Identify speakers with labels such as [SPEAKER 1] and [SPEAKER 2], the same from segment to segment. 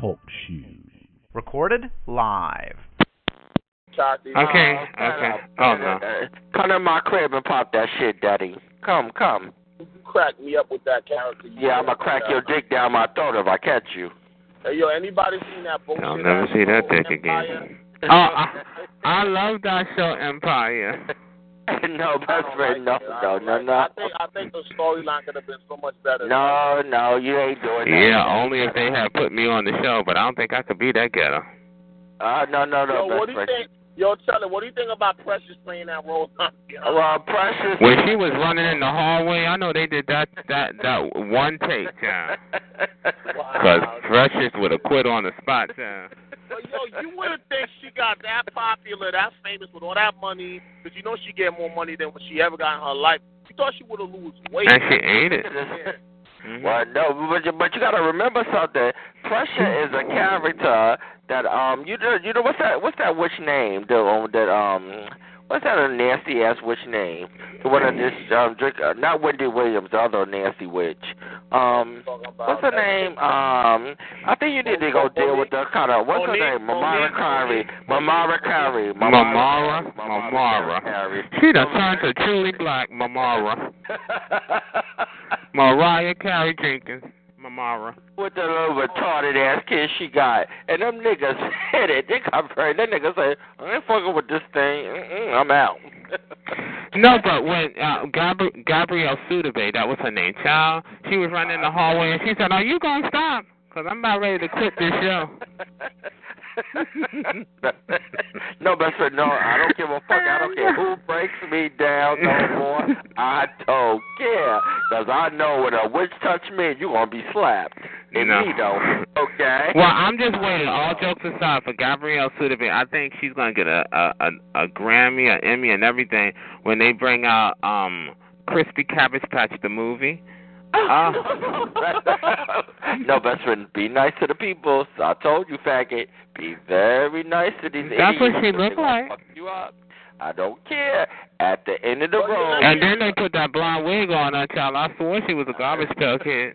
[SPEAKER 1] Talk shoes. Recorded live.
[SPEAKER 2] Shotzi.
[SPEAKER 3] Okay,
[SPEAKER 2] Shut
[SPEAKER 3] okay.
[SPEAKER 2] up.
[SPEAKER 3] Oh, no.
[SPEAKER 4] Come to my crib and pop that shit, daddy. Come, come.
[SPEAKER 2] You crack me up with that character. you
[SPEAKER 4] Yeah, I'ma
[SPEAKER 2] have.
[SPEAKER 4] crack your dick down my throat if I catch you.
[SPEAKER 2] Hey, yo, anybody seen that bullshit?
[SPEAKER 3] I'll never see that dick
[SPEAKER 2] Empire?
[SPEAKER 3] again. Oh, I, I love that show, Empire.
[SPEAKER 2] I
[SPEAKER 4] no, best
[SPEAKER 2] don't
[SPEAKER 4] friend, no,
[SPEAKER 2] like it. I
[SPEAKER 4] no,
[SPEAKER 2] don't
[SPEAKER 4] no,
[SPEAKER 2] like it.
[SPEAKER 4] no.
[SPEAKER 2] I think I think the storyline could have been so much better.
[SPEAKER 4] No, no, you ain't doing that.
[SPEAKER 3] Yeah, only if they had put me on the show, but I don't think I could be that ghetto.
[SPEAKER 4] Uh, no, no,
[SPEAKER 2] Yo,
[SPEAKER 4] no,
[SPEAKER 2] what
[SPEAKER 4] best
[SPEAKER 2] do you
[SPEAKER 4] friend.
[SPEAKER 2] think? Yo, Charlie, what do you think about Precious playing that role?
[SPEAKER 4] Well, precious.
[SPEAKER 3] When she was running in the hallway, I know they did that that that one take, child. Cause Precious would have quit on the spot, child.
[SPEAKER 2] But yo, you wouldn't think she got that popular, that famous with all that money, because you know she get more money than what she ever got in her life. You thought she would have lose weight.
[SPEAKER 3] And she ate it.
[SPEAKER 2] Mm-hmm.
[SPEAKER 4] Well, no, but you, but you gotta remember something. Pressure is a character that um you know you know what's that what's that witch name the um, that um what's that a nasty ass witch name the one that this um drink uh, not Wendy Williams the other nasty witch um what's her name um I think you need to go deal with the kind of what's her
[SPEAKER 2] Monique,
[SPEAKER 4] name Mamara
[SPEAKER 2] Monique,
[SPEAKER 4] Curry Mamara Curry
[SPEAKER 3] Mamara,
[SPEAKER 4] Mamara
[SPEAKER 3] Mamara. She done turned to truly black, Mamara.
[SPEAKER 4] Curry.
[SPEAKER 3] Mariah Carey Jenkins, Mamara.
[SPEAKER 4] with the little retarded ass kid she got, and them niggas hit it. They got very. Them niggas say, I ain't fucking with this thing. Mm-mm, I'm out.
[SPEAKER 3] No, but when uh, Gabri- Gabrielle Sudebe, that was her name, child, she was running in the hallway and she said, "Are you gonna stop? Cause I'm about ready to quit this show."
[SPEAKER 4] no, but sir, no, I don't give a fuck. I don't care who breaks me down no more. I don't care, cause I know when a witch touch me, you gonna be slapped. And
[SPEAKER 3] No.
[SPEAKER 4] me don't. Okay.
[SPEAKER 3] Well, I'm just waiting. All jokes aside, for Gabrielle Sudebe, I think she's gonna get a a, a, a Grammy, an Emmy, and everything when they bring out um Crispy Cabbage Patch the movie.
[SPEAKER 4] Oh,
[SPEAKER 3] Uh,
[SPEAKER 4] no, best friend, be nice to the people. So I told you, faggot, be very nice to these
[SPEAKER 3] That's what
[SPEAKER 4] idiots.
[SPEAKER 3] she
[SPEAKER 4] or they
[SPEAKER 3] look
[SPEAKER 4] gonna
[SPEAKER 3] like.
[SPEAKER 4] Fuck you up. I don't care. At the end of the
[SPEAKER 2] Well, you
[SPEAKER 4] road.
[SPEAKER 3] and then they put that blonde wig on her, child. I swore she was a garbage pail kid.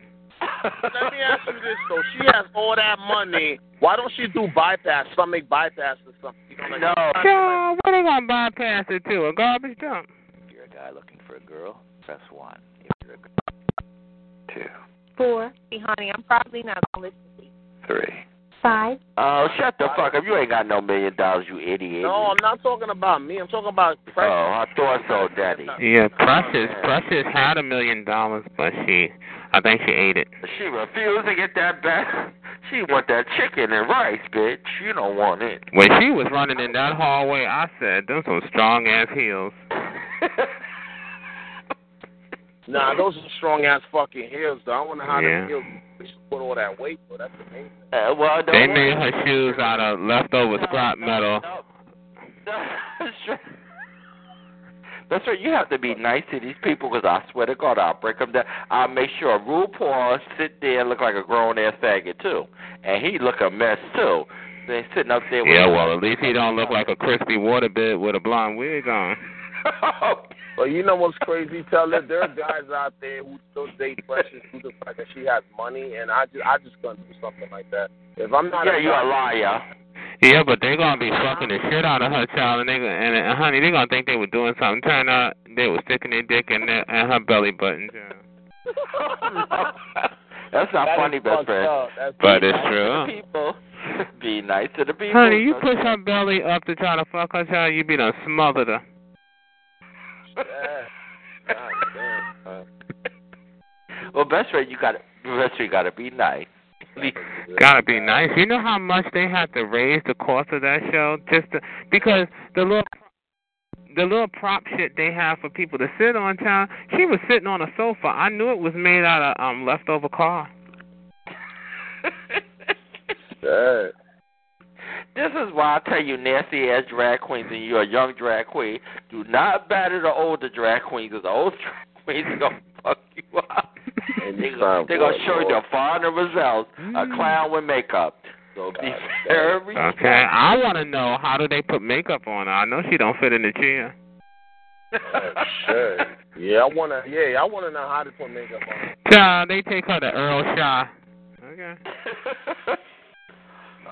[SPEAKER 2] Let me ask you this though: She has all that money. Why don't she do bypass, stomach bypass or something? You know, like
[SPEAKER 4] No.
[SPEAKER 3] Child, what they gonna bypass it to? A garbage dump?
[SPEAKER 5] If you're a guy looking for a girl, press one. If you're a girl, two,
[SPEAKER 6] Four. See, honey, I'm probably not gonna listen to you.
[SPEAKER 5] three.
[SPEAKER 6] Five.
[SPEAKER 4] Oh, shut the fuck up. You ain't got no million dollars, you idiot.
[SPEAKER 2] No, I'm not talking about me. I'm talking about
[SPEAKER 4] Oh,
[SPEAKER 2] Precious.
[SPEAKER 4] I thought so, Daddy.
[SPEAKER 3] Yeah, Precious.
[SPEAKER 4] man.
[SPEAKER 3] Precious had a million dollars, but she, I think she ate it.
[SPEAKER 4] She refused to get that back. She want that chicken and rice, bitch. You don't want it.
[SPEAKER 3] When she was running in that hallway, I said, "Those some strong ass heels."
[SPEAKER 4] Oh.
[SPEAKER 2] Nah, those are strong ass fucking heels though. I wonder how
[SPEAKER 3] Yeah.
[SPEAKER 2] them heels they should put all that weight though. That's amazing.
[SPEAKER 4] Uh, well, don't
[SPEAKER 3] They
[SPEAKER 4] worry.
[SPEAKER 3] made her shoes out of leftover scrap metal.
[SPEAKER 4] That's right. You have to be nice to these people because I swear to God, I'll break them down. I'll make sure RuPaul sit there and look like a grown ass faggot too, and he look a mess too. They sitting up there. With
[SPEAKER 3] Yeah, well, at least he don't look like a crispy waterbed with a blonde wig on.
[SPEAKER 2] But you know what's crazy, Teller? There are guys out there who still date Precious due to the fact that she has money, and I just, I just couldn't do something like that. If I'm not,
[SPEAKER 4] yeah,
[SPEAKER 2] a
[SPEAKER 4] you a
[SPEAKER 2] guy-
[SPEAKER 4] liar.
[SPEAKER 3] Yeah, but they gonna be fucking the shit out of her child, and they gonna- and, and honey, they gonna think they were doing something. Turn out they were sticking their dick in their, in her belly button. child.
[SPEAKER 4] That's not
[SPEAKER 2] That is
[SPEAKER 4] funny, best
[SPEAKER 2] fucked
[SPEAKER 4] friend.
[SPEAKER 2] up. That's
[SPEAKER 3] But it's
[SPEAKER 4] Nice to the
[SPEAKER 3] true.
[SPEAKER 4] people. Be nice to the people.
[SPEAKER 3] Honey, you push her belly up to try to fuck her child, you be done smothered her.
[SPEAKER 2] bad. God damn.
[SPEAKER 4] Well, best friend, you got to best friend, you got to be nice.
[SPEAKER 3] Gotta be nice. You know how much they had to raise the cost of that show just to, because the little the little prop shit they have for people to sit on, child. She was sitting on a sofa. I knew it was made out of um leftover car.
[SPEAKER 2] Shit.
[SPEAKER 4] This is why I tell you, nasty ass drag queens, and you're a young drag queen. Do not batter the older drag queens, 'cause the old drag queens are gonna fuck you up.
[SPEAKER 2] And
[SPEAKER 4] They're
[SPEAKER 2] you
[SPEAKER 4] gonna,
[SPEAKER 2] sound
[SPEAKER 4] they gonna
[SPEAKER 2] bored,
[SPEAKER 4] show you the
[SPEAKER 2] bored.
[SPEAKER 4] finer results.
[SPEAKER 3] Mm.
[SPEAKER 4] A clown with makeup. So be
[SPEAKER 2] God damn.
[SPEAKER 4] very
[SPEAKER 3] Okay, I want to know how do they put makeup on her? I know she don't fit in the chair.
[SPEAKER 2] Oh, shit. Yeah, I wanna. Yeah, I wanna know how to put makeup on.
[SPEAKER 3] Child, they take her to Earl Shaw. Okay.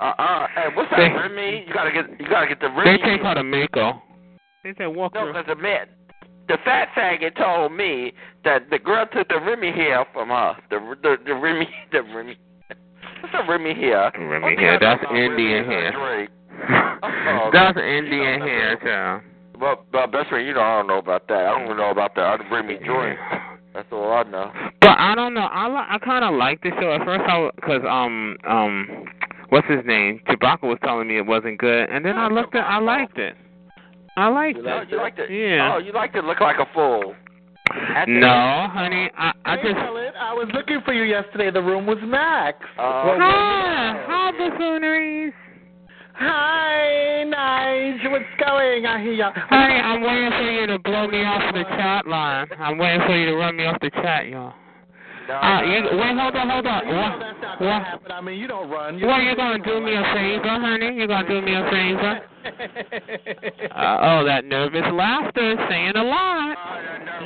[SPEAKER 4] Uh, uh, hey, what's that
[SPEAKER 3] They-
[SPEAKER 4] Remy? You gotta get, you gotta get the
[SPEAKER 3] They
[SPEAKER 4] Remy.
[SPEAKER 3] take her to Mako. They said walk
[SPEAKER 4] No,
[SPEAKER 3] her-
[SPEAKER 4] because the man, the fat faggot told me that the girl took the Remy hair from her. The the the Remy the Remy. What's the Remy hair?
[SPEAKER 3] The Remy hair, that's Indian hair.
[SPEAKER 4] Oh,
[SPEAKER 3] That's
[SPEAKER 4] okay.
[SPEAKER 3] Indian hair, child.
[SPEAKER 4] Well, well, best friend, you know I don't know about that. I don't know about the other Remy joint. That's all I know.
[SPEAKER 3] But I don't know. I li- I kind of like the show at first. I was- cause um um what's his name? Chewbacca was telling me it wasn't good, and then I looked at. I liked it. I liked
[SPEAKER 2] You
[SPEAKER 4] No,
[SPEAKER 3] it.
[SPEAKER 2] liked
[SPEAKER 4] you like to?
[SPEAKER 3] Yeah.
[SPEAKER 4] Oh, you like to look like a fool. That's it.
[SPEAKER 3] No, honey. I I
[SPEAKER 7] hey,
[SPEAKER 3] just.
[SPEAKER 7] Helen, I was looking for you yesterday. The room was Max.
[SPEAKER 4] Oh,
[SPEAKER 3] Hi, hi, buffooneries.
[SPEAKER 7] Hi, Nige. What's going? I hear ya.
[SPEAKER 3] Honey, I'm waiting for you to blow me off the chat line. I'm waiting for you to run me off the chat, y'all.
[SPEAKER 4] no,
[SPEAKER 3] Uh,
[SPEAKER 4] no,
[SPEAKER 3] you,
[SPEAKER 4] no.
[SPEAKER 3] wait, hold on, hold on.
[SPEAKER 7] You know
[SPEAKER 3] What?
[SPEAKER 7] that's not gonna
[SPEAKER 3] What?
[SPEAKER 7] happen. I mean, you don't run.
[SPEAKER 3] Well, you're gonna do me a favor, honey. You're gonna do me a favor. Uh, oh, that nervous laughter is saying a lot.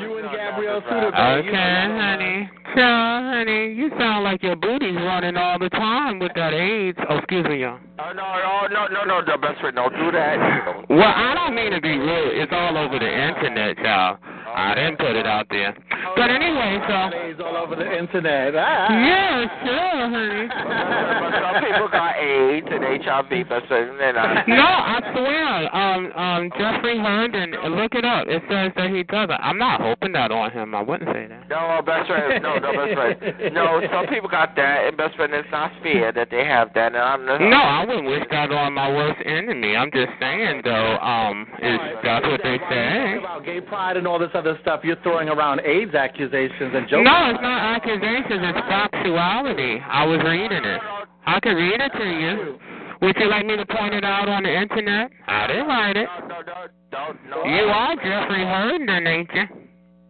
[SPEAKER 7] you and Gabrielle
[SPEAKER 4] that's
[SPEAKER 7] Suda.
[SPEAKER 3] Okay, honey. Sure, honey. You sound like your booty's running all the time with that AIDS. Oh, excuse me, y'all.
[SPEAKER 4] Oh, no, no, no, no, no, no, best friend, don't do that. Don't
[SPEAKER 3] Well, I don't mean to be rude. It's all over the internet, y'all. I didn't put it out there. But anyway, so.
[SPEAKER 7] Days all over the internet. Ah.
[SPEAKER 3] Yeah, sure, honey.
[SPEAKER 4] But some people got AIDS and HIV, but certain they're not.
[SPEAKER 3] No, I swear. Um, um, Jeffrey Herndon. Look it up. It says that he does it. I'm not hoping that on him. I wouldn't say that.
[SPEAKER 4] No, uh, best friend. No, no, best friend. No, some people got that, and best friend, it's not fair that they have that. And I'm not,
[SPEAKER 3] No, I wouldn't wish that on my worst enemy. I'm just saying, though. Um, is that's what they say.
[SPEAKER 7] About gay pride and all this other stuff, you're throwing around AIDS accusations and jokes.
[SPEAKER 3] No, it's not accusations. It's factuality. I was reading it. I could read it to you. Would you like me to point it out on the internet? I didn't write it.
[SPEAKER 4] No, no, no, don't, no.
[SPEAKER 3] You are Jeffrey Herndon, ain't you?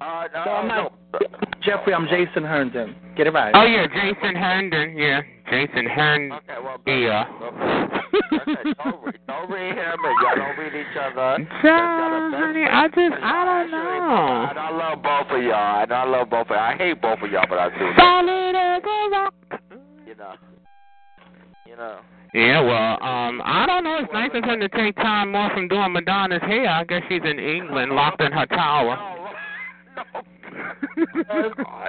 [SPEAKER 4] Uh, no,
[SPEAKER 7] So I'm
[SPEAKER 4] no.
[SPEAKER 7] not Jeffrey. I'm Jason Herndon. Get it right.
[SPEAKER 3] Oh yeah, Jason Herndon. Yeah, Jason Herndon.
[SPEAKER 4] Okay, well, best
[SPEAKER 3] Yeah.
[SPEAKER 4] Okay, don't read, don't read him, and y'all don't read each other.
[SPEAKER 3] Child, honey, I just, I don't know.
[SPEAKER 4] And I love both of y'all, and I love both of y'all. I hate both of y'all, but I do.
[SPEAKER 3] Solid as a rock.
[SPEAKER 4] You know. You know.
[SPEAKER 3] Yeah, well, um, I don't know. It's nice of him to take time off from doing Madonna's hair. I guess she's in England, locked in her tower.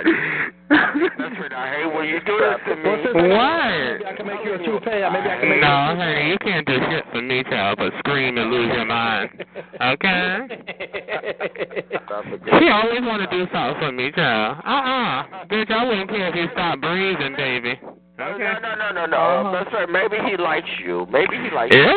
[SPEAKER 4] That's right. I hate when you do this to
[SPEAKER 7] Well,
[SPEAKER 4] me.
[SPEAKER 7] since I-
[SPEAKER 3] What?
[SPEAKER 7] Maybe I can make you a toupee. or Maybe I can make
[SPEAKER 3] No, honey, you can't do shit for me, child, but scream and lose your mind. Okay? She always want to do something for me, child. Uh-uh. Bitch, I wouldn't care if you stopped breathing, baby.
[SPEAKER 4] No,
[SPEAKER 3] Okay?
[SPEAKER 4] no, no, no, no.
[SPEAKER 3] Uh-huh.
[SPEAKER 4] uh That's right. Maybe he likes you. Maybe he likes
[SPEAKER 3] Ew.
[SPEAKER 4] you.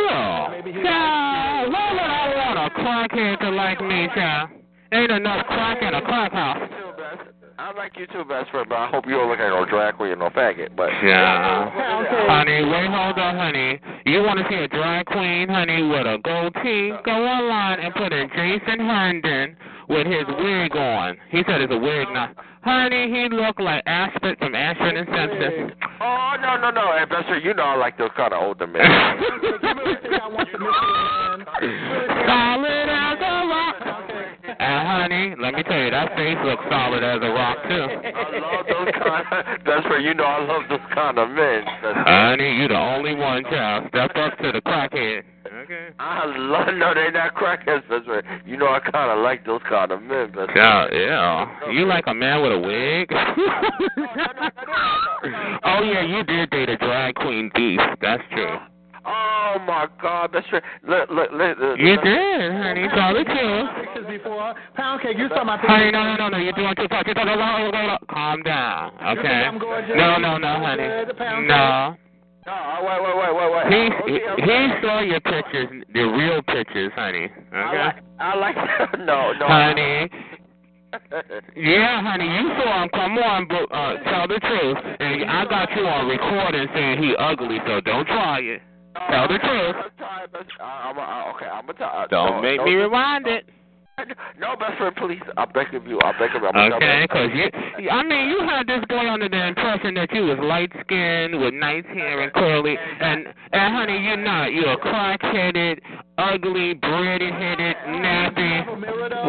[SPEAKER 3] Child, why would I want a crackhead to like me, child? Ain't enough crack in a crack house.
[SPEAKER 4] Too, best. I like you too, best friend, but I hope you don't look at no drag queen or no faggot. But
[SPEAKER 3] Yeah.
[SPEAKER 4] Okay.
[SPEAKER 3] Honey, wait, hold on, honey. You want to see a drag queen, honey, with a gold tee? Go online and put in Jason Herndon with his wig on. He said it's a wig now. Honey, he looked like Ashford from Ashford and Simpson.
[SPEAKER 4] Oh no, no, no, hey, best friend, you know I like those kind of older men.
[SPEAKER 3] solid as a rock. And honey, let me tell you, that face looks solid as a rock too.
[SPEAKER 4] I love those kind. Of, best friend, you know I love those kind of men. Best friend.
[SPEAKER 3] Honey, you the only one, child. Step up to the crackhead. Okay.
[SPEAKER 4] I love no, they're not crackheads, best friend. You know I kind of like those kind of men, best friend.
[SPEAKER 3] Yeah, yeah. You like a man with a wig? oh yeah, you did date a drag queen thief. That's true.
[SPEAKER 4] Oh my God, best friend. Look, look, look. look
[SPEAKER 3] You
[SPEAKER 4] look.
[SPEAKER 3] did, honey. Tell the truth.
[SPEAKER 7] pictures before. Pound cake, you saw my pictures.
[SPEAKER 3] Honey, no, no, no, no. You're doing too far. You're talking about Calm down,
[SPEAKER 7] You think
[SPEAKER 3] okay?
[SPEAKER 7] I'm gorgeous?
[SPEAKER 3] No, no, no,
[SPEAKER 7] Good,
[SPEAKER 3] honey.
[SPEAKER 7] the pound
[SPEAKER 3] No.
[SPEAKER 4] No, wait, wait, wait, wait, wait.
[SPEAKER 3] He
[SPEAKER 4] Okay,
[SPEAKER 3] he,
[SPEAKER 4] I'm
[SPEAKER 3] he
[SPEAKER 4] sorry.
[SPEAKER 3] saw your pictures, the real pictures, honey.
[SPEAKER 4] I
[SPEAKER 3] Okay.
[SPEAKER 4] like, I like. No, no.
[SPEAKER 3] Honey, yeah, honey, you saw him. Come on, but uh, tell the truth. And I got you on recording saying he ugly, so don't try it. Tell the
[SPEAKER 4] I'm
[SPEAKER 3] truth.
[SPEAKER 4] tired, but Uh, I'm, I'm, okay, I'm gonna tell.
[SPEAKER 3] Don't
[SPEAKER 4] no,
[SPEAKER 3] make
[SPEAKER 4] no,
[SPEAKER 3] me remind it.
[SPEAKER 4] No, best friend, please. I'm begging you. I'm begging you. I'm
[SPEAKER 3] Okay, 'cause you, I mean, you had this boy under the impression that you was light skinned with nice hair and curly, and and honey, you're not. You're a crack headed, ugly, braided headed, nappy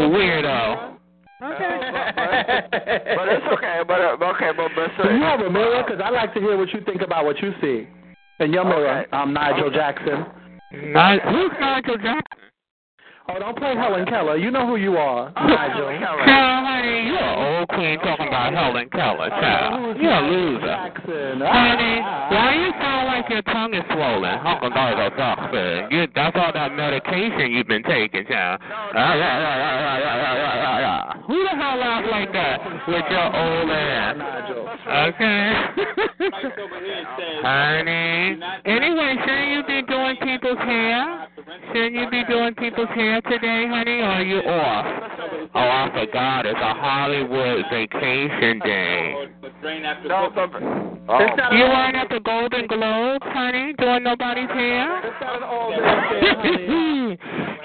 [SPEAKER 3] weirdo.
[SPEAKER 4] But it's okay. But uh, okay, but best
[SPEAKER 7] Do
[SPEAKER 4] friend.
[SPEAKER 7] you have a mirror? Because I like to hear what you think about what you see. In your mirror,
[SPEAKER 4] Okay.
[SPEAKER 7] I'm Nigel Jackson.
[SPEAKER 3] Not, who's Nigel Jackson?
[SPEAKER 7] Oh, don't play Helen Keller. You know who you are, Nigel.
[SPEAKER 3] Hell, honey, you're an old queen talking about Helen Keller, child. You're a loser.
[SPEAKER 7] Jackson.
[SPEAKER 3] Honey, why you sound like your tongue is swollen? Uncle Nigel Jackson. You, that's all that medication you've been taking, child. Ah, Who the hell laughs like that with your old ass?
[SPEAKER 7] Nigel.
[SPEAKER 3] Okay. Honey. Anyway, shouldn't you be doing people's hair? Shouldn't you be doing people's hair today, honey? Or are you off? Oh, I forgot. It's a Hollywood vacation day.
[SPEAKER 4] No, but, oh.
[SPEAKER 7] It's not
[SPEAKER 3] You
[SPEAKER 7] an-
[SPEAKER 3] weren't at the Golden Globes, honey, doing nobody's hair?
[SPEAKER 7] it's not an all-day affair, honey.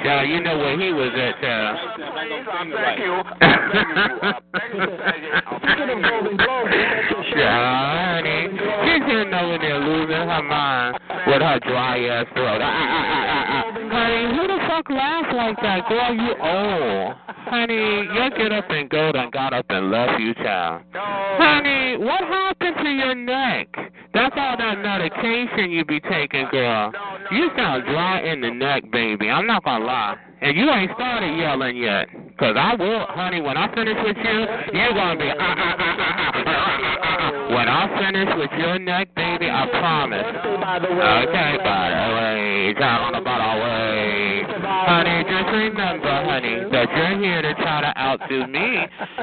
[SPEAKER 3] yeah, you know where he was at, uh,
[SPEAKER 4] Please, I beg you. I beg you. I beg you. I beg
[SPEAKER 7] Speaking of Golden Globes, you got your shirt.
[SPEAKER 3] yeah, honey. She's here nowhere near losing her mind with her dry ass throat. Ah, ah, ah, ah, ah. Honey, who the fuck laughs like that? Girl, you old. Honey, your get up and go done got up and left you, child. Honey, what happened to your neck? That's all that medication you be taking, girl. You sound dry in the neck, baby. I'm not gonna lie. And you ain't started yelling yet. Cause I will, honey, when I finish with you, you're gonna be ah, ah, ah, ah, ah, ah, ah, ah, ah. When I finish with your neck, baby, I promise. Okay, by the way, child, by the way. Honey, just remember, honey, that you're here to try to outdo me.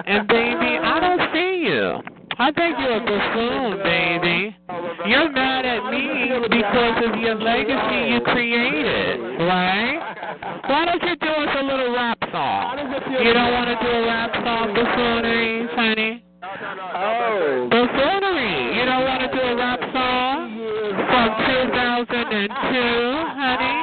[SPEAKER 3] And baby, I don't see you. I think you're a buffoon, baby. You're mad at me because of your legacy you created, right? Why don't you do us a little rap song? You don't want to do a rap song, buffoonery, honey?
[SPEAKER 7] Oh.
[SPEAKER 3] Buffoonery, you don't want to do a rap song from 2002, honey?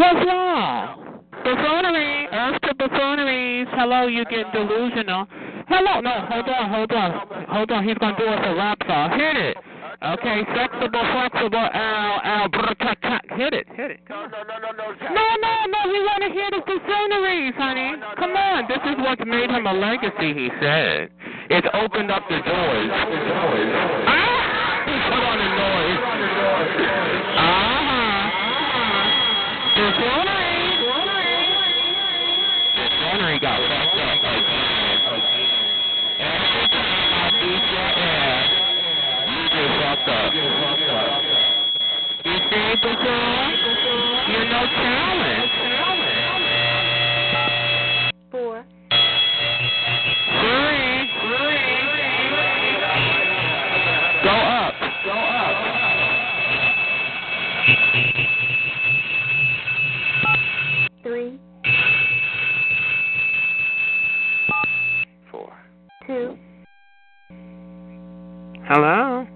[SPEAKER 3] What's wrong? Buffoonery, earth to buffooneries. Hello, you get delusional. Hello, no, hold on, hold on, hold on. He's gonna do us a rap song. Hit it. Okay, flexible, flexible, ow, ow, brr, cut, cut. Hit it, hit it.
[SPEAKER 4] No, no, no, no, no.
[SPEAKER 3] No, no, no, we want to hear the buffooneries, honey. Come on, this is what's made him a legacy, he said. It's opened up the doors. Ah! Put on the noise. Uh-huh. Buffoonery. Buffoonery got fucked up again. Every time I beat your ass, you get fucked up. You see, Buffoonery? You're no talent.
[SPEAKER 6] Four.
[SPEAKER 3] Three. Go up. Go up.
[SPEAKER 6] Three.
[SPEAKER 4] Four.
[SPEAKER 6] Two.
[SPEAKER 3] Hello.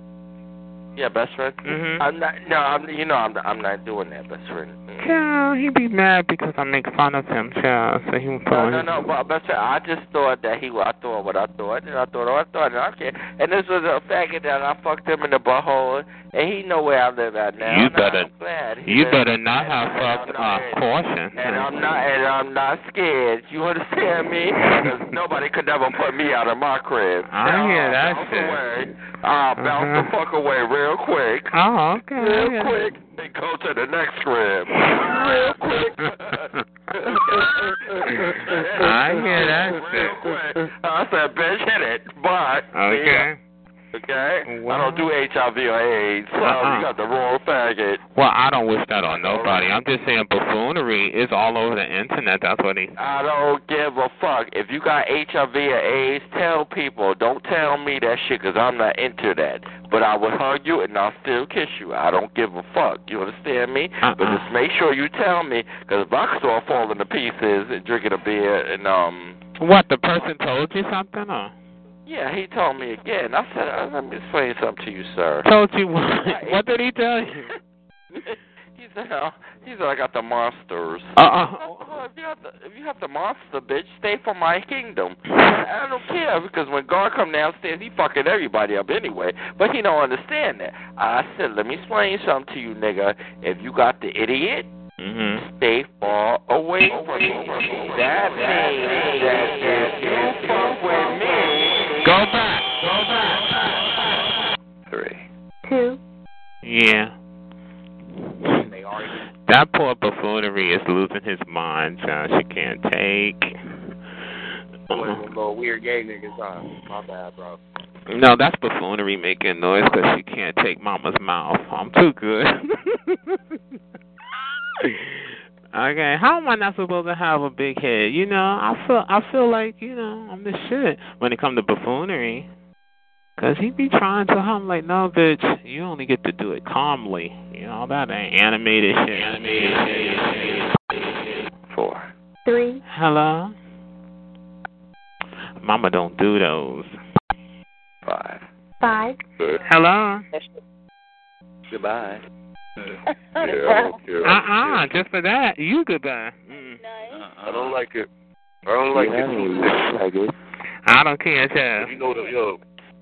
[SPEAKER 4] Yeah, best friend.
[SPEAKER 3] Mhm.
[SPEAKER 4] I'm not. No, I'm. You know, I'm. I'm not doing that, best friend. Mm.
[SPEAKER 3] Child, he be mad because I make fun of him, child. So he was
[SPEAKER 4] No,
[SPEAKER 3] probably.
[SPEAKER 4] no, no. Well, best friend, I just thought that he. I thought what I thought, and I thought what I thought, and I can't. And this was a faggot that I fucked him in the butthole, and he know where I live at now.
[SPEAKER 3] You
[SPEAKER 4] and I-
[SPEAKER 3] better-
[SPEAKER 4] I'm glad. He
[SPEAKER 3] You
[SPEAKER 4] does.
[SPEAKER 3] better not
[SPEAKER 4] And
[SPEAKER 3] have
[SPEAKER 4] I'm
[SPEAKER 3] fucked
[SPEAKER 4] not
[SPEAKER 3] on
[SPEAKER 4] married.
[SPEAKER 3] caution.
[SPEAKER 4] And I'm not. And I'm not scared. You understand me? 'Cause nobody could ever put me out of my crib.
[SPEAKER 3] I
[SPEAKER 4] Now,
[SPEAKER 3] hear that
[SPEAKER 4] bounce
[SPEAKER 3] shit.
[SPEAKER 4] Away. I'll bounce the
[SPEAKER 3] Uh-huh.
[SPEAKER 4] fuck away real quick.
[SPEAKER 3] Oh, okay.
[SPEAKER 4] real
[SPEAKER 3] yeah.
[SPEAKER 4] quick and go to the next crib. Real quick.
[SPEAKER 3] I hear that
[SPEAKER 4] Real quick. I said, bitch, hit it. But
[SPEAKER 3] Okay.
[SPEAKER 4] okay. I
[SPEAKER 3] Wow.
[SPEAKER 4] don't do HIV or AIDS. So
[SPEAKER 3] Uh-uh.
[SPEAKER 4] you got the wrong faggot.
[SPEAKER 3] Well, I don't wish that on nobody. I'm just saying buffoonery is all over the internet. That's what he.
[SPEAKER 4] I don't give a fuck. If you got HIV or AIDS, tell people. Don't tell me that shit 'cause I'm not into that. but I will hug you and I'll still kiss you. I don't give a fuck. You understand me? But
[SPEAKER 3] Uh-uh.
[SPEAKER 4] just make sure you tell me, because if I start falling to pieces and drinking a beer and um.
[SPEAKER 3] What, the person told you something or
[SPEAKER 4] Yeah, he told me again. I said, uh, "Let me explain something to you, sir."
[SPEAKER 3] told you what? What did he tell you?
[SPEAKER 4] he said, uh, "He said I got the monsters."
[SPEAKER 3] Uh-uh.
[SPEAKER 4] Oh, if you have the if you have the monster, bitch, stay from my kingdom. I don't care because when God come downstairs, he fucking everybody up anyway. But he don't understand that. I said, let me explain something to you, nigga. If you got the idiot,
[SPEAKER 3] Mhm.
[SPEAKER 4] stay far away from me. That means that if you fuck with me,
[SPEAKER 3] Go back. Go back.
[SPEAKER 5] Three.
[SPEAKER 6] two,
[SPEAKER 3] Yeah. That poor buffoonery is losing his mind, child. She can't take.
[SPEAKER 2] Boys, them little weird gay niggas, huh? My bad, bro.
[SPEAKER 3] No, that's buffoonery making noise because she can't take mama's mouth. I'm too good. okay, how am I not supposed to have a big head? You know, I feel I feel like you know I'm the shit when it comes to buffoonery. Cause he be trying to I'm like, no, bitch, you only get to do it calmly. You know that ain't animated shit. Animated shit.
[SPEAKER 5] Four.
[SPEAKER 6] three,
[SPEAKER 3] Hello. Mama don't do those.
[SPEAKER 5] Five.
[SPEAKER 6] five,
[SPEAKER 3] Hello.
[SPEAKER 5] Goodbye.
[SPEAKER 4] yeah, I don't care.
[SPEAKER 3] Uh uh just for that, you goodbye. Mm.
[SPEAKER 2] I don't like it. I don't like
[SPEAKER 5] Yeah,
[SPEAKER 2] it.
[SPEAKER 5] I agree.
[SPEAKER 3] I don't care, child.
[SPEAKER 2] You know the yo,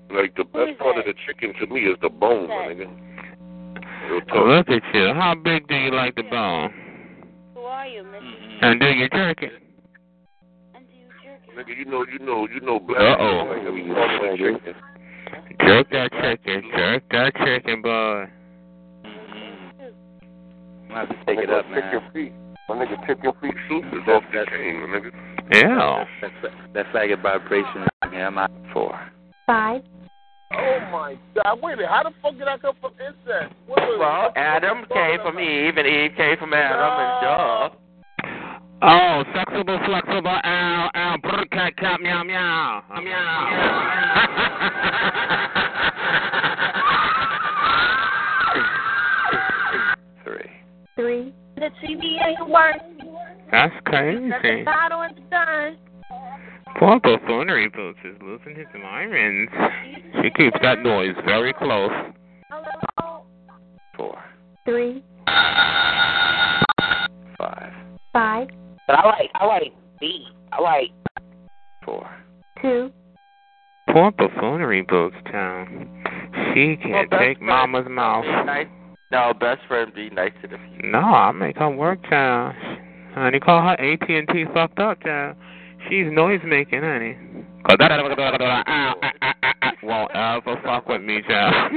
[SPEAKER 2] like the best part of the chicken to me is the bone, my nigga. Real talk.
[SPEAKER 3] Look at you. How big do you like the bone?
[SPEAKER 8] Who are you, Mrs.
[SPEAKER 3] And do you jerk it?
[SPEAKER 8] And do you jerk
[SPEAKER 2] Nigga, you know, you know, you know, black.
[SPEAKER 3] Uh-oh.
[SPEAKER 2] people like every part of the chicken.
[SPEAKER 3] Jerk that chicken. Jerk that chicken, boy.
[SPEAKER 5] I'm gonna have to take it up,
[SPEAKER 2] Pick your
[SPEAKER 5] man.
[SPEAKER 2] feet. My nigga, pick your feet. Soup is off the chain, my nigga.
[SPEAKER 3] Ew.
[SPEAKER 5] That, that faggot vibration. Yeah, I'm out. Four.
[SPEAKER 6] five,
[SPEAKER 2] Oh my God! Wait a minute. How the fuck did I come from incest? What was-
[SPEAKER 4] Well,
[SPEAKER 2] what the
[SPEAKER 4] Adam
[SPEAKER 2] fuck
[SPEAKER 4] came
[SPEAKER 2] was
[SPEAKER 4] from
[SPEAKER 2] that?
[SPEAKER 4] Eve, and Eve came from Adam,
[SPEAKER 3] Oh, flexible, flexible, ow, ow, brr, cat, cat, meow, meow. Meow. meow.
[SPEAKER 5] Three.
[SPEAKER 6] three,
[SPEAKER 8] it? The TBA works.
[SPEAKER 3] That's
[SPEAKER 8] The
[SPEAKER 3] crazy.
[SPEAKER 8] title is done.
[SPEAKER 3] Poor buffoonery boots is losing his mind. She keeps that noise very close.
[SPEAKER 8] Hello?
[SPEAKER 5] Four.
[SPEAKER 6] three,
[SPEAKER 5] Five.
[SPEAKER 6] five,
[SPEAKER 9] But I like I like B. I like
[SPEAKER 5] Four.
[SPEAKER 6] two,
[SPEAKER 3] Poor buffoonery boots town. She
[SPEAKER 4] Well,
[SPEAKER 3] can't
[SPEAKER 4] best
[SPEAKER 3] take
[SPEAKER 4] friend-
[SPEAKER 3] mama's
[SPEAKER 4] and Joe.
[SPEAKER 3] mouth.
[SPEAKER 4] Nice. No, best friend be nice to the future.
[SPEAKER 3] No, I make her work town. Honey, call her AT and T fucked up town. She's noise making, honey. Cause that won't ever fuck with me, child.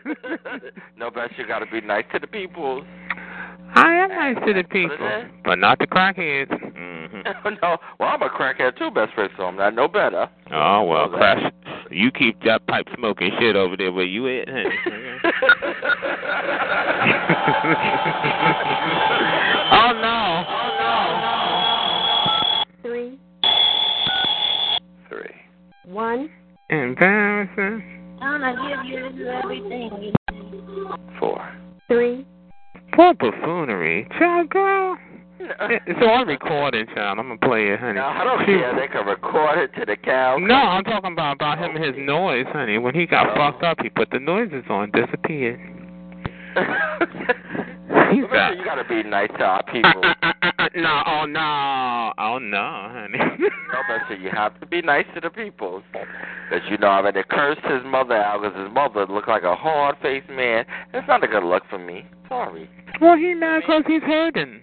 [SPEAKER 4] no, best you gotta be nice to the people.
[SPEAKER 3] I am nice to the people, but not the crackheads. hmm
[SPEAKER 4] no, well I'm a crackhead too, best friend, so I'm not no better.
[SPEAKER 3] Oh well,
[SPEAKER 4] Okay.
[SPEAKER 3] crash. You keep that pipe smoking shit over there where you at, honey. oh no!
[SPEAKER 6] three,
[SPEAKER 5] Three.
[SPEAKER 6] one,
[SPEAKER 3] Embarrassing.
[SPEAKER 8] I give you this is everything.
[SPEAKER 5] Four.
[SPEAKER 6] three,
[SPEAKER 3] Poor buffoonery, child girl. It- It's on recording, child. I'm gonna play it, honey.
[SPEAKER 4] no, I don't
[SPEAKER 3] She-
[SPEAKER 4] care. They can record it to the cow.
[SPEAKER 3] No, I'm talking about about him and his noise, honey. When he got
[SPEAKER 4] Oh.
[SPEAKER 3] fucked up, he put the noises on, disappeared.
[SPEAKER 4] you gotta be nice to our people.
[SPEAKER 3] no, oh no, oh no, honey.
[SPEAKER 4] No, but so you have to be nice to the people. Because, you know, I mean, they cursed his mother out because his mother looked like a hard faced man. That's not a good look for me. Sorry.
[SPEAKER 3] well, he mad 'cause he's hurting.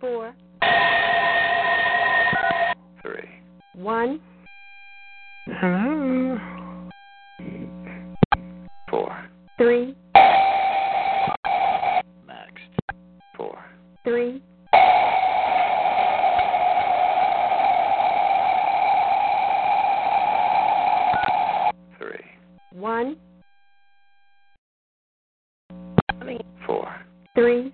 [SPEAKER 6] four,
[SPEAKER 5] Three.
[SPEAKER 6] one,
[SPEAKER 3] Hello.
[SPEAKER 5] Four.
[SPEAKER 6] three,
[SPEAKER 5] Next. Four.
[SPEAKER 6] three,
[SPEAKER 5] Three.
[SPEAKER 6] one,
[SPEAKER 5] Four.
[SPEAKER 6] three,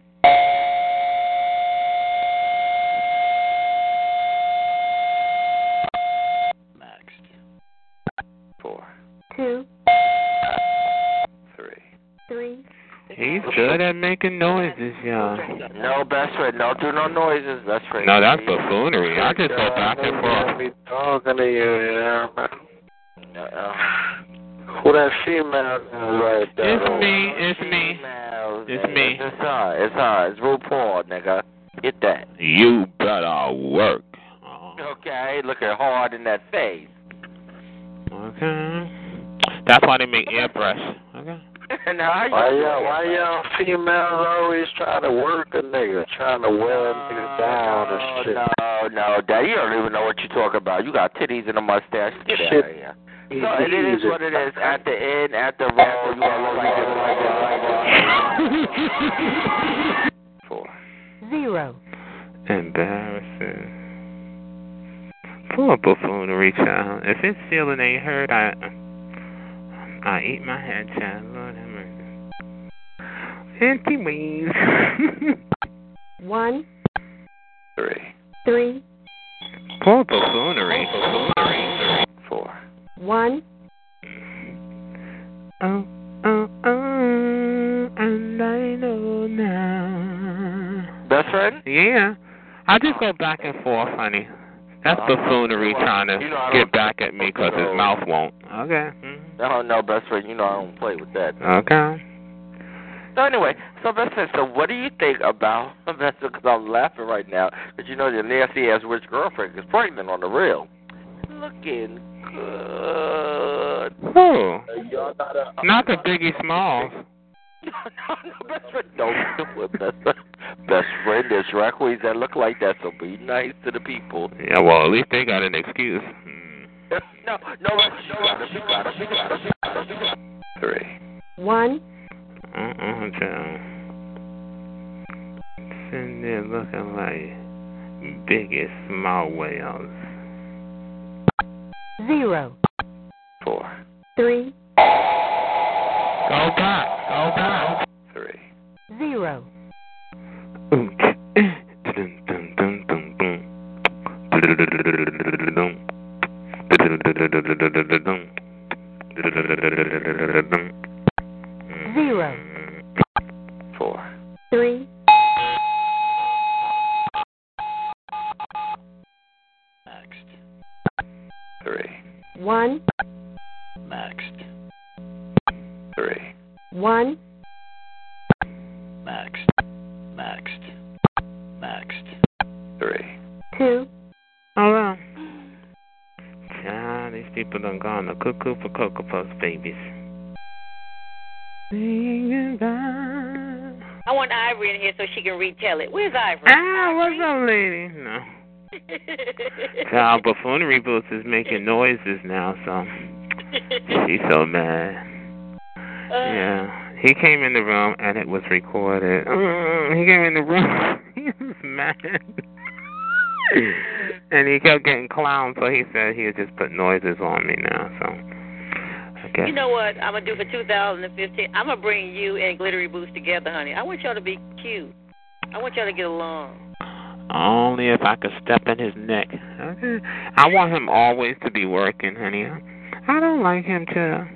[SPEAKER 3] good at making noises, y'all.
[SPEAKER 4] No, best friend. No, do no noises, best friend.
[SPEAKER 3] No, that's buffoonery. I just go back and forth.
[SPEAKER 2] be talking to you, yeah. Uh-uh. Who that female is right there?
[SPEAKER 3] It's me. It's me. It's me.
[SPEAKER 4] It's her. It's her. It's RuPaul, nigga. Get that.
[SPEAKER 3] You better work.
[SPEAKER 4] Okay, looking hard in that face.
[SPEAKER 3] Okay. That's why they make air brush. Okay.
[SPEAKER 4] now,
[SPEAKER 2] Why y'all, why y'all females always try to work a nigga, trying to wear a nigga down and shit?
[SPEAKER 4] No, no, Daddy, you don't even know what you're talking about. You got titties and a mustache. Get out
[SPEAKER 2] Shit.
[SPEAKER 4] of here. So it is what it is. At the end, at the roll, you gonna look like this, like this, like this. Four.
[SPEAKER 10] Zero.
[SPEAKER 3] Embarrassing. Pull a buffoonery, child. If it's ceiling ain't hurt, I I eat my head, child. Lord have mercy. Anyways.
[SPEAKER 6] one,
[SPEAKER 3] Three.
[SPEAKER 6] three,
[SPEAKER 3] Poor buffoonery. Buffoonery. Four.
[SPEAKER 6] one.
[SPEAKER 3] Oh, oh, oh, and I know now. Oh.
[SPEAKER 4] Best friend?
[SPEAKER 3] Yeah. I just go back and forth, honey. That's buffoonery trying to
[SPEAKER 4] You know I don't-
[SPEAKER 3] get back at me 'cause his mouth won't. Oh. Okay.
[SPEAKER 4] No, no, best friend. You know I don't play with that.
[SPEAKER 3] Okay.
[SPEAKER 4] So anyway, so best friend. So what do you think about best friend? Because I'm laughing right now because you know your nasty ass rich girlfriend is pregnant on the real. Looking good.
[SPEAKER 3] Who?
[SPEAKER 2] Y'all not a,
[SPEAKER 3] Not the Biggie Smalls.
[SPEAKER 4] best friend. Don't do it, best friend. Best friend, there's requees that look like that, so be nice to the people.
[SPEAKER 3] Yeah, well, at least they got an excuse. Hmm.
[SPEAKER 4] no, no, no, no, no, no, no.
[SPEAKER 3] Three.
[SPEAKER 6] One,
[SPEAKER 3] Uh-uh, child. Sitting there looking like biggest small whales.
[SPEAKER 10] Zero.
[SPEAKER 3] Four.
[SPEAKER 10] Three.
[SPEAKER 3] Go back. Go back. Three.
[SPEAKER 10] Zero. Zero.
[SPEAKER 3] Four.
[SPEAKER 10] Three.
[SPEAKER 5] Next.
[SPEAKER 3] Three.
[SPEAKER 6] one,
[SPEAKER 5] Next.
[SPEAKER 3] Three.
[SPEAKER 6] one,
[SPEAKER 5] Next. Next. Next.
[SPEAKER 3] Three.
[SPEAKER 6] two,
[SPEAKER 3] Hold on. Child, Ah, these people done gone to cuckoo for Cocoa Puffs babies.
[SPEAKER 10] I want Ivory in here so she can retell it. Where's Ivory?
[SPEAKER 3] Ah, what's up, lady? No. Child, buffoonery boots is making noises now, so she's so mad.
[SPEAKER 10] Uh.
[SPEAKER 3] Yeah. He came in the room and it was recorded. Mm, He came in the room. he was mad. and he kept getting clowned, so he said he'll just put noises on me now, so. I guess.
[SPEAKER 11] You know what I'm gonna do for 2015? I'm gonna bring you and Glittery Boots together, honey. I want y'all to be cute. I want y'all to get along.
[SPEAKER 3] Only if I could step in his neck. I want him always to be working, honey. I don't like him to.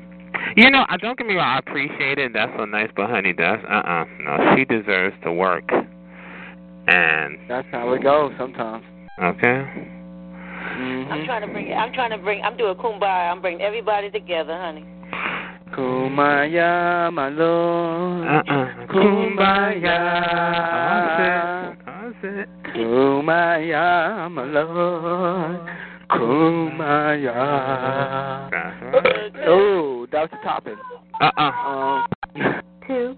[SPEAKER 3] You know, I don't get me wrong. I appreciate it. That's so nice, but honey, that's uh uh No, she deserves to work. And
[SPEAKER 5] That's how it goes sometimes.
[SPEAKER 3] okay,
[SPEAKER 11] I'm trying to bring. I'm trying to bring. I'm doing kumbaya. I'm bringing everybody together, honey.
[SPEAKER 5] Kumaya, my lord.
[SPEAKER 3] Uh-uh.
[SPEAKER 5] Kumbaya. Kumaya, my lord. Kumaya. Oh, that was the topic.
[SPEAKER 3] uh uh
[SPEAKER 5] Um,
[SPEAKER 6] two,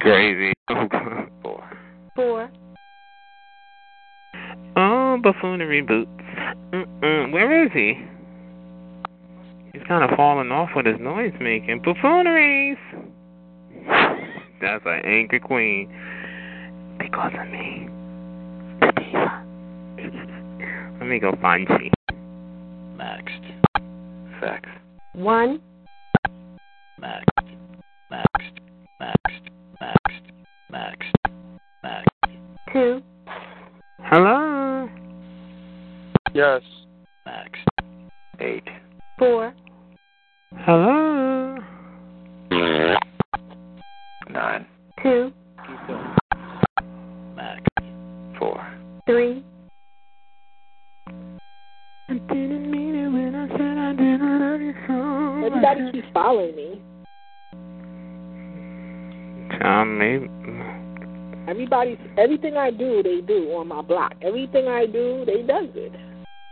[SPEAKER 3] crazy.
[SPEAKER 6] four,
[SPEAKER 3] Oh, buffoonery boots. Mm-mm. Where is he? He's kind of falling off with his noise making. Buffooneries! That's an angry queen. Because of me. The diva. Let me go find she.
[SPEAKER 5] Next.
[SPEAKER 3] Sex.
[SPEAKER 6] one,
[SPEAKER 5] Next. Next. Next. Next. Next. Next.
[SPEAKER 6] two,
[SPEAKER 3] Hello?
[SPEAKER 2] Yes.
[SPEAKER 5] Next.
[SPEAKER 2] Eight.
[SPEAKER 6] four,
[SPEAKER 3] Hello?
[SPEAKER 2] Nine.
[SPEAKER 12] three.
[SPEAKER 13] I didn't mean it when I said I didn't love you so
[SPEAKER 14] Everybody keeps following me.
[SPEAKER 3] Tom, maybe.
[SPEAKER 14] Everybody's everything I do, they do on my block. Everything I do, they does it.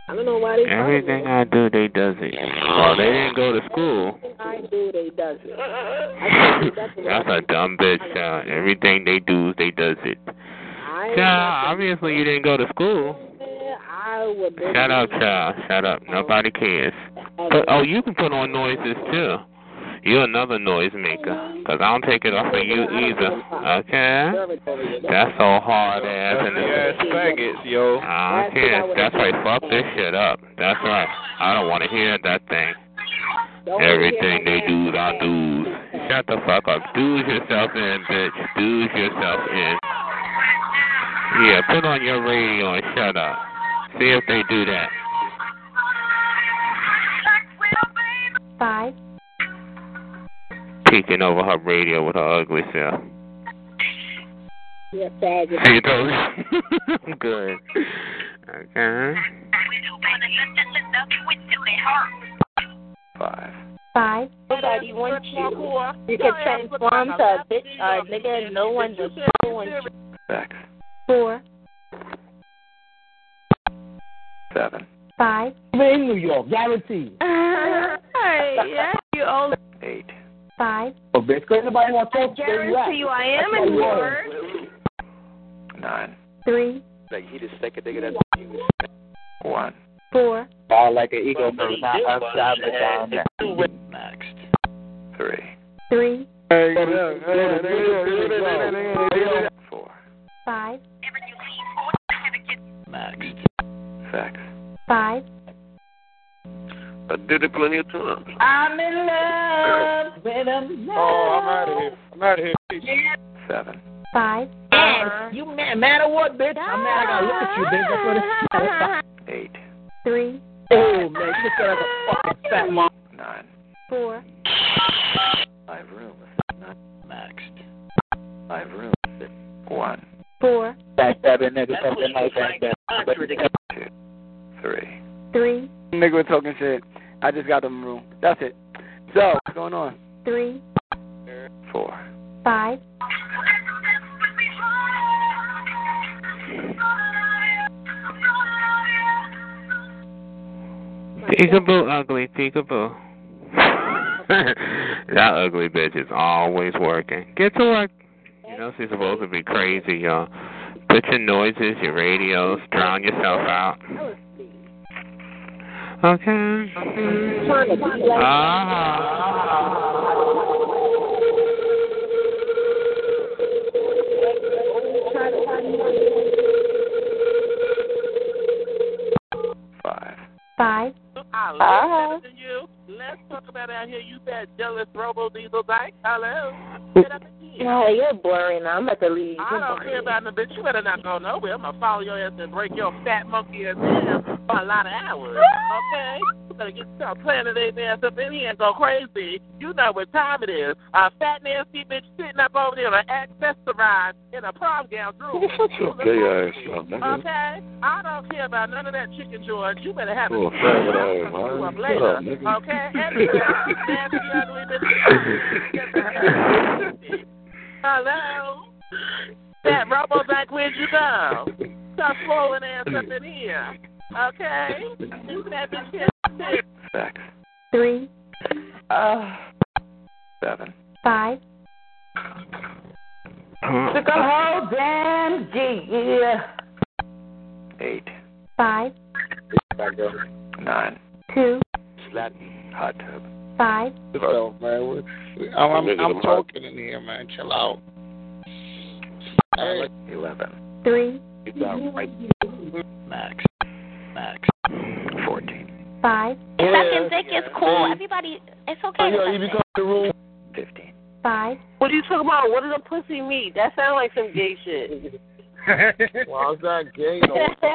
[SPEAKER 14] I don't know why they. follow me.
[SPEAKER 3] Everything I do, they does it. Oh, they didn't go to school.
[SPEAKER 14] Everything I do, they does it. I can't do nothing without
[SPEAKER 3] That's a dumb bitch. Uh, everything they do, they does it.
[SPEAKER 14] I ain't
[SPEAKER 3] Child, obviously you didn't go to school.
[SPEAKER 14] nothing. I would be
[SPEAKER 3] Shut up, child. Shut up. Nobody cares. But, oh, you can put on noises too. You're another noisemaker. Cause I don't take it off of you either. Okay? That's so hard ass and
[SPEAKER 15] ass faggots, yo.
[SPEAKER 3] I don't care. That's right. Fuck this shit up. That's right. I don't want to hear that thing. Everything they do, I do. Shut the fuck up. Do yourself in, bitch. Do yourself in. Yeah, put on your radio and shut up. See if they do that.
[SPEAKER 12] Five.
[SPEAKER 3] Peeking over her radio with her ugly self.
[SPEAKER 14] Yeah, faggot.
[SPEAKER 3] See those? I'm good. Okay. Five.
[SPEAKER 12] Five.
[SPEAKER 14] Nobody wants you. You can transform to a bitch or a nigga and no one will fucking want you.
[SPEAKER 4] Six.
[SPEAKER 12] Four.
[SPEAKER 4] Seven.
[SPEAKER 12] Five.
[SPEAKER 16] We're in New York, guaranteed.
[SPEAKER 2] yeah, you old.
[SPEAKER 4] Eight.
[SPEAKER 12] Five.
[SPEAKER 16] But basically, Oh, anybody want to
[SPEAKER 2] I
[SPEAKER 16] talk to
[SPEAKER 2] guarantee you I am in New York.
[SPEAKER 4] Nine.
[SPEAKER 12] Three.
[SPEAKER 4] Like he the second nigga that he was one.
[SPEAKER 12] Four.
[SPEAKER 16] All like an ego,
[SPEAKER 4] But he
[SPEAKER 16] not
[SPEAKER 4] did
[SPEAKER 16] upside,
[SPEAKER 4] want
[SPEAKER 16] but
[SPEAKER 4] to
[SPEAKER 16] down.
[SPEAKER 4] have
[SPEAKER 16] down.
[SPEAKER 4] Next. Three.
[SPEAKER 12] Three.
[SPEAKER 4] Four.
[SPEAKER 12] Five.
[SPEAKER 4] Next. Six.
[SPEAKER 12] Five.
[SPEAKER 17] I did the plenty of times.
[SPEAKER 2] I'm in love with a man. Oh, I'm out of here.
[SPEAKER 15] I'm out of here. Peace.
[SPEAKER 4] Seven.
[SPEAKER 12] Five.
[SPEAKER 16] You mad, mad at what, bitch? I'm mad. I gotta look at you, bitch. That's what it's
[SPEAKER 4] Eight.
[SPEAKER 12] Three.
[SPEAKER 16] Oh, man. You look like a fucking fat mom.
[SPEAKER 4] Nine.
[SPEAKER 12] Four.
[SPEAKER 4] Five rooms. Nine. Next. Five rooms. One.
[SPEAKER 12] Four.
[SPEAKER 16] Backstabbing nigga, something like that.
[SPEAKER 4] Two. Three.
[SPEAKER 12] Three.
[SPEAKER 18] Nigga was talking shit. I just got the room. That's it. So, what's going on?
[SPEAKER 12] Three.
[SPEAKER 4] Four.
[SPEAKER 12] Five.
[SPEAKER 3] Peekaboo ugly, peekaboo. that ugly bitch is always working. Get to work. You know she's supposed to be crazy, y'all. Put your noises, your radios, drown yourself out. Okay.
[SPEAKER 12] Five.
[SPEAKER 2] I
[SPEAKER 11] Uh-huh.
[SPEAKER 2] love better than you. Let's talk about out here. You bad jealous robo diesel dyke. Hello.
[SPEAKER 14] Yeah, you're boring. I'm about to leave.
[SPEAKER 2] I don't care about no bitch. You better not go nowhere. I'm gonna follow your ass and break your fat monkey ass down for a lot of hours. Okay? You better get some planet ape ass up in here and go crazy. You know what time it is. A fat nasty bitch sitting up over there on an accessoride in a prom gown room.
[SPEAKER 17] Gay ass, uh, nigga.
[SPEAKER 2] Okay? I don't care about none of that chicken, George. You better have
[SPEAKER 17] Oh,
[SPEAKER 2] it.
[SPEAKER 17] faggot ass,
[SPEAKER 2] I'll
[SPEAKER 17] man.
[SPEAKER 2] come to you up
[SPEAKER 17] Shut
[SPEAKER 2] later.
[SPEAKER 17] up,
[SPEAKER 2] Okay?
[SPEAKER 17] nigga.
[SPEAKER 2] Anyway, nasty, ugly bitch. Hello? That robo back where'd you go? Stop swollen ass up in here. Okay? You fat bitch can't sit.
[SPEAKER 4] Six.
[SPEAKER 12] Three.
[SPEAKER 4] Uh. Seven.
[SPEAKER 12] Five.
[SPEAKER 4] Took
[SPEAKER 12] a whole damn year.
[SPEAKER 4] Eight.
[SPEAKER 12] Five.
[SPEAKER 4] Nine.
[SPEAKER 12] Two.
[SPEAKER 4] Slap. Hot tub.
[SPEAKER 12] Five.
[SPEAKER 15] So, man, we- we- I'm, I'm, I'm talking in here, man. Chill out. Hey.
[SPEAKER 4] Eleven.
[SPEAKER 12] Three.
[SPEAKER 4] Max. Max. Fourteen.
[SPEAKER 12] Five.
[SPEAKER 4] Sucking
[SPEAKER 2] dick is
[SPEAKER 4] cool.
[SPEAKER 2] Everybody, it's
[SPEAKER 4] the room. Fifteen.
[SPEAKER 12] Five.
[SPEAKER 2] What are you talking about? What does a pussy mean? That sounds like some gay shit.
[SPEAKER 19] Why is that gay? though?
[SPEAKER 2] Hello?